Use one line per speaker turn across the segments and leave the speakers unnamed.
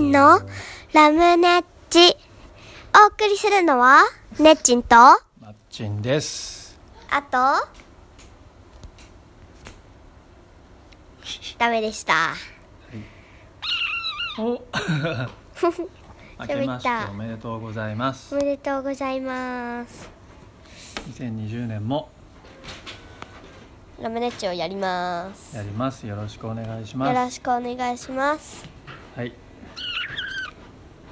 ンのラムネッチ。お送りするのは、ネッチンと、あ
マッチンです
と、ダメでした。
お明けまして
喋った
おめでとうございます
おめでとうございます。
2020年も
ラムネッチをやります。
やりますよろしくお願いし
よ
ま
ろ
す
しくお願いします。
はい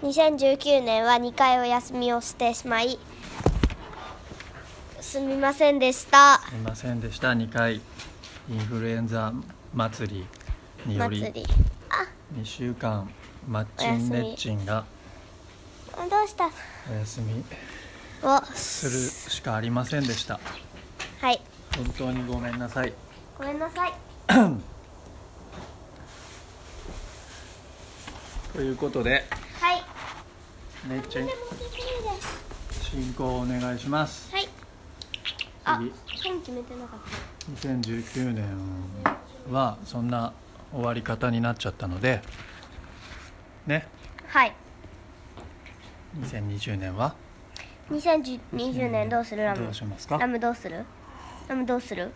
2019年は2回お休みをしてしまいすみませんでした
すいませんでした2回インフルエンザ祭りにより
祭り
2週間マッチン
お休み
ネッチンが
あどうした
お休み
お
するしかありませんでした
はい
本当にごめんなさい
ごめんなさい
ということで
はい
ネッチン進行をお願いします
はいあ
次
本決めてなかっ
2019年はそんな終わり方になっちゃったのでね
たはい
2020年は
2020年どうするラ
ど
ム
うします
ラ
か
ムどうするラムどうする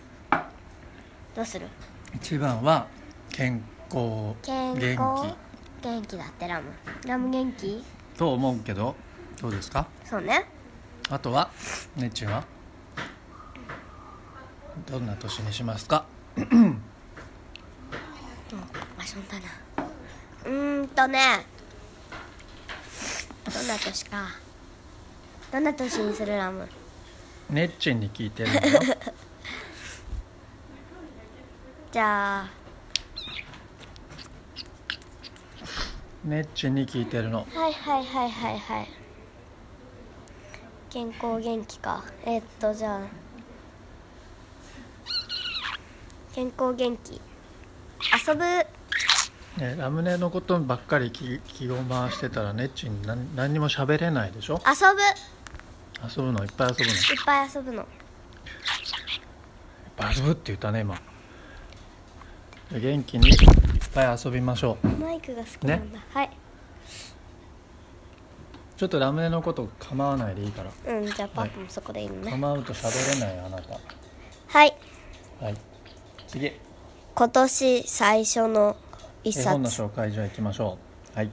どうする
一番は健康
健康
元
元気だってラムラム元気
気と思うけどどうですか
そうね
あとはねっちゅんはどんな年にしますか
遊んだなうーんとねどんな年かどんな年にするラム
ねっちんに聞いてるんだよ
じゃあ
ねっちんに聞いてるの
はいはいはいはいはい健康元気かえっとじゃあ健康元気遊ぶ
ね、ラムネのことばっかり気気を回してたらねっちん何何にも喋れないでしょ
遊ぶ
遊ぶのいっぱい遊ぶのいっ
いっぱい遊ぶの
ぱい遊ぶって言ったね今元気にいっぱい遊びましょう
マイクが好きなんだ、はい
ちょっとラムネのこと構わないでいいから
うんじゃあパパもそこでいいのね
構うと喋れないあなた
はい
はい次
今年最初の一
絵
冊
本の紹介じゃあ行きましょうはい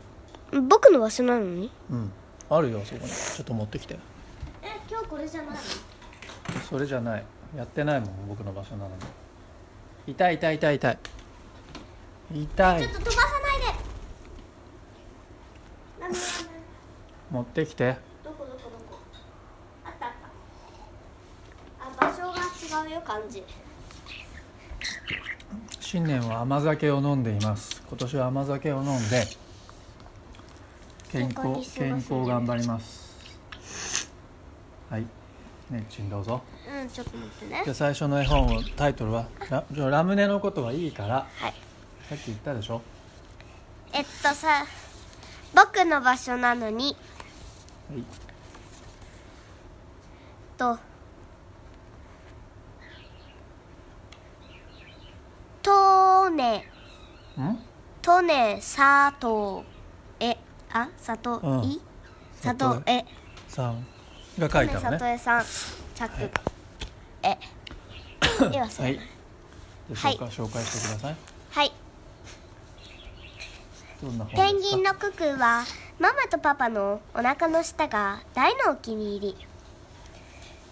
僕の場所なのに
うんあるよそこにちょっと持ってきて
え今日これじゃない
それじゃないやってないもん僕の場所なのに痛い痛い痛い痛い痛い
飛ばさないで
持ってきて
どこどこどこあったあったあ場所が違うよ感じ
新年は甘酒を飲んでいます今年は甘酒を飲んで
健
健
康に
康
過ごす
健康頑張りますはいねっちんどうぞ
うんちょっと待ってね
じゃあ最初の絵本をタイトルはラじゃあラムネのことはいいから
はい
さっき言ったでしょ
えっとさ僕の場所なのに
はい
ととね
ん
とねさとえあさと
うん
いさとえ
さんが書いたの
里
ね
江さん作、え今そうは
は
いい、
じゃあ紹介紹介してくださいどんな本ですか
ペンギンのククはママとパパのお腹の下が大のお気に入り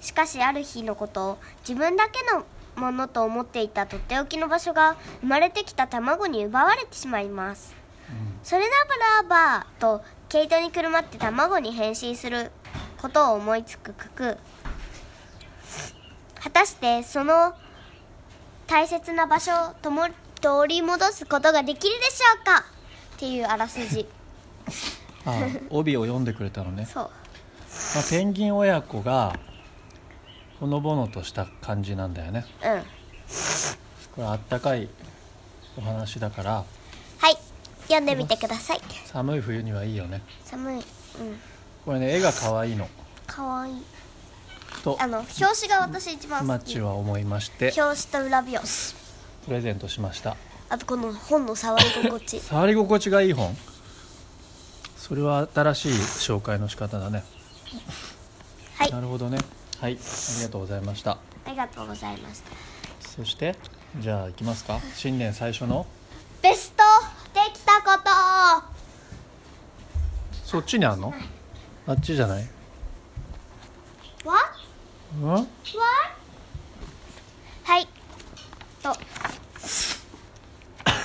しかしある日のこと自分だけのものと思っていたとっておきの場所が生まれてきた卵に奪われてしまいます、それならばと毛糸にくるまって卵に変身することを思いつくクク果たしてその大切な場所をとも取り戻すことができるでしょうかっていうあらすじ
あ帯を読んでくれたのね
そう
まあ、ペンギン親子がほのぼのとした感じなんだよね
うんはい
これあったかいお話だから
読んでみてください
寒い冬にはいいよね
寒いうん
これね絵が可愛いの
かわいい
と
あの表紙が私一番
マ
好
ッ
き
チ
表
は思いまして
紙と裏表紙
プレゼントしました
あとこの本の触り心地
触り心地がいい本それは新しい紹介の仕方だね
はい
なるほどねはいありがとうございました
ありがとうございました
そしてじゃあ行きますか新年最初の
ベストできたこと
そっちにあんのあっちじゃない
What?
うん
What? はいと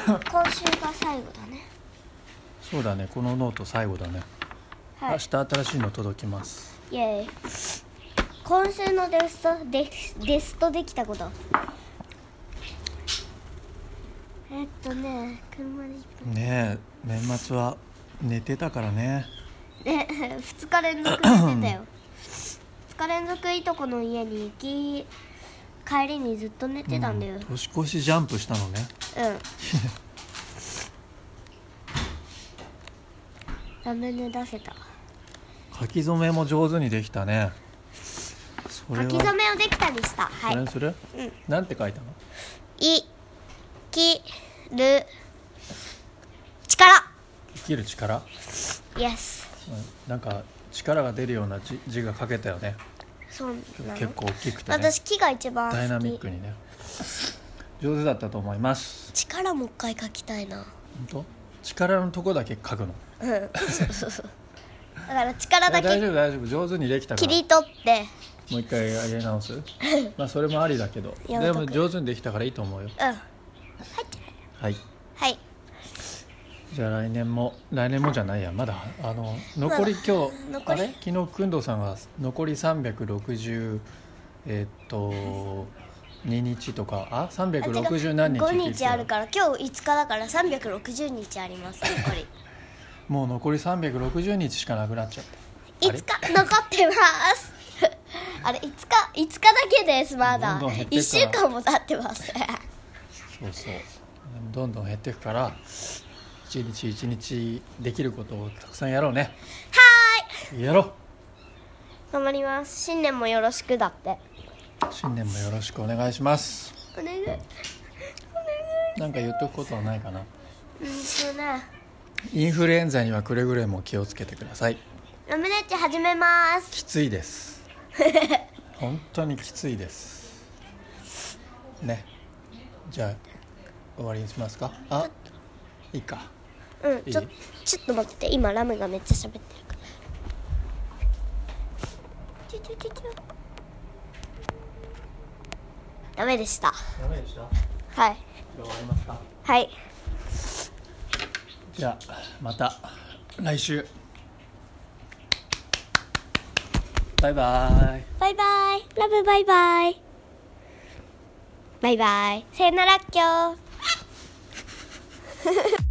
今週が最後だね
そうだねこのノート最後だね、
は
明
い
日新しいの届きます
イエーイ今週のベストでベストできたことえっとね車で
ねえ年末は寝てたからね
ね二日連続してたよ二日連続いとこの家に行き帰りにずっと寝てたんだよ、
う年越しジャンプしたのね
うん。ラムネ出せた。
書き初めも上手にできたねそ
書
れは
き初めをできたにした。は
それ
い
に。する、
うん
なんて書いたの
い、き、る、力
生きる力
!Yes。
うんなんか力が出るような字字が書けたよね
そうなの、
結構大きくてね
私、木が一番好き。
ダイナミックにね上手だったと思います
力もう一回書きたいな。
本当力のとこだけ書くの
うん。そうそうそう。だから力だ
いや大丈
け
夫大丈夫上手にできたか
切
ら
り取って、
もう一回やり直 すまあそれもありだけど
やめ
で
と
も
く
上手にできたからいいと思うよ
うん。
はい
はい。
じゃあ来年も来年もじゃないやまだあの残り今日、
残り
あれ昨日工藤さんが残り360えーっと2日とかあ三
あ
360何日
5
って言って
日
た
あるから今日5日だから360日あります残り
もう残り360日しかなくなっちゃった
5
あれ
日残ってます あれ5日5日だけですまだ
どんどん減って
1
っから
週間も経ってます
そうそうどんどん減っていくから一日一日できることをたくさんやろうねはいやろう
頑張ります新年もよろしくだって
新年もよろしくお願いします
お願い
なんか言っとくことはないかな
うんそうね
インフルエンザにはくれぐれも気をつけてください
ラムネッチ始めます
きついです本当にきついですねじゃあ終わりにしますかあいいか
うんちょ
いい
ちょっと待って今ラムがめっちゃ喋ってるからチュチュチュチュダメでした
ダメでした
はい
終わりますか
はい
じゃあまた来週バイバーイ
バイバイ。ラブバイバイ。バイバイ。さよならっきょー。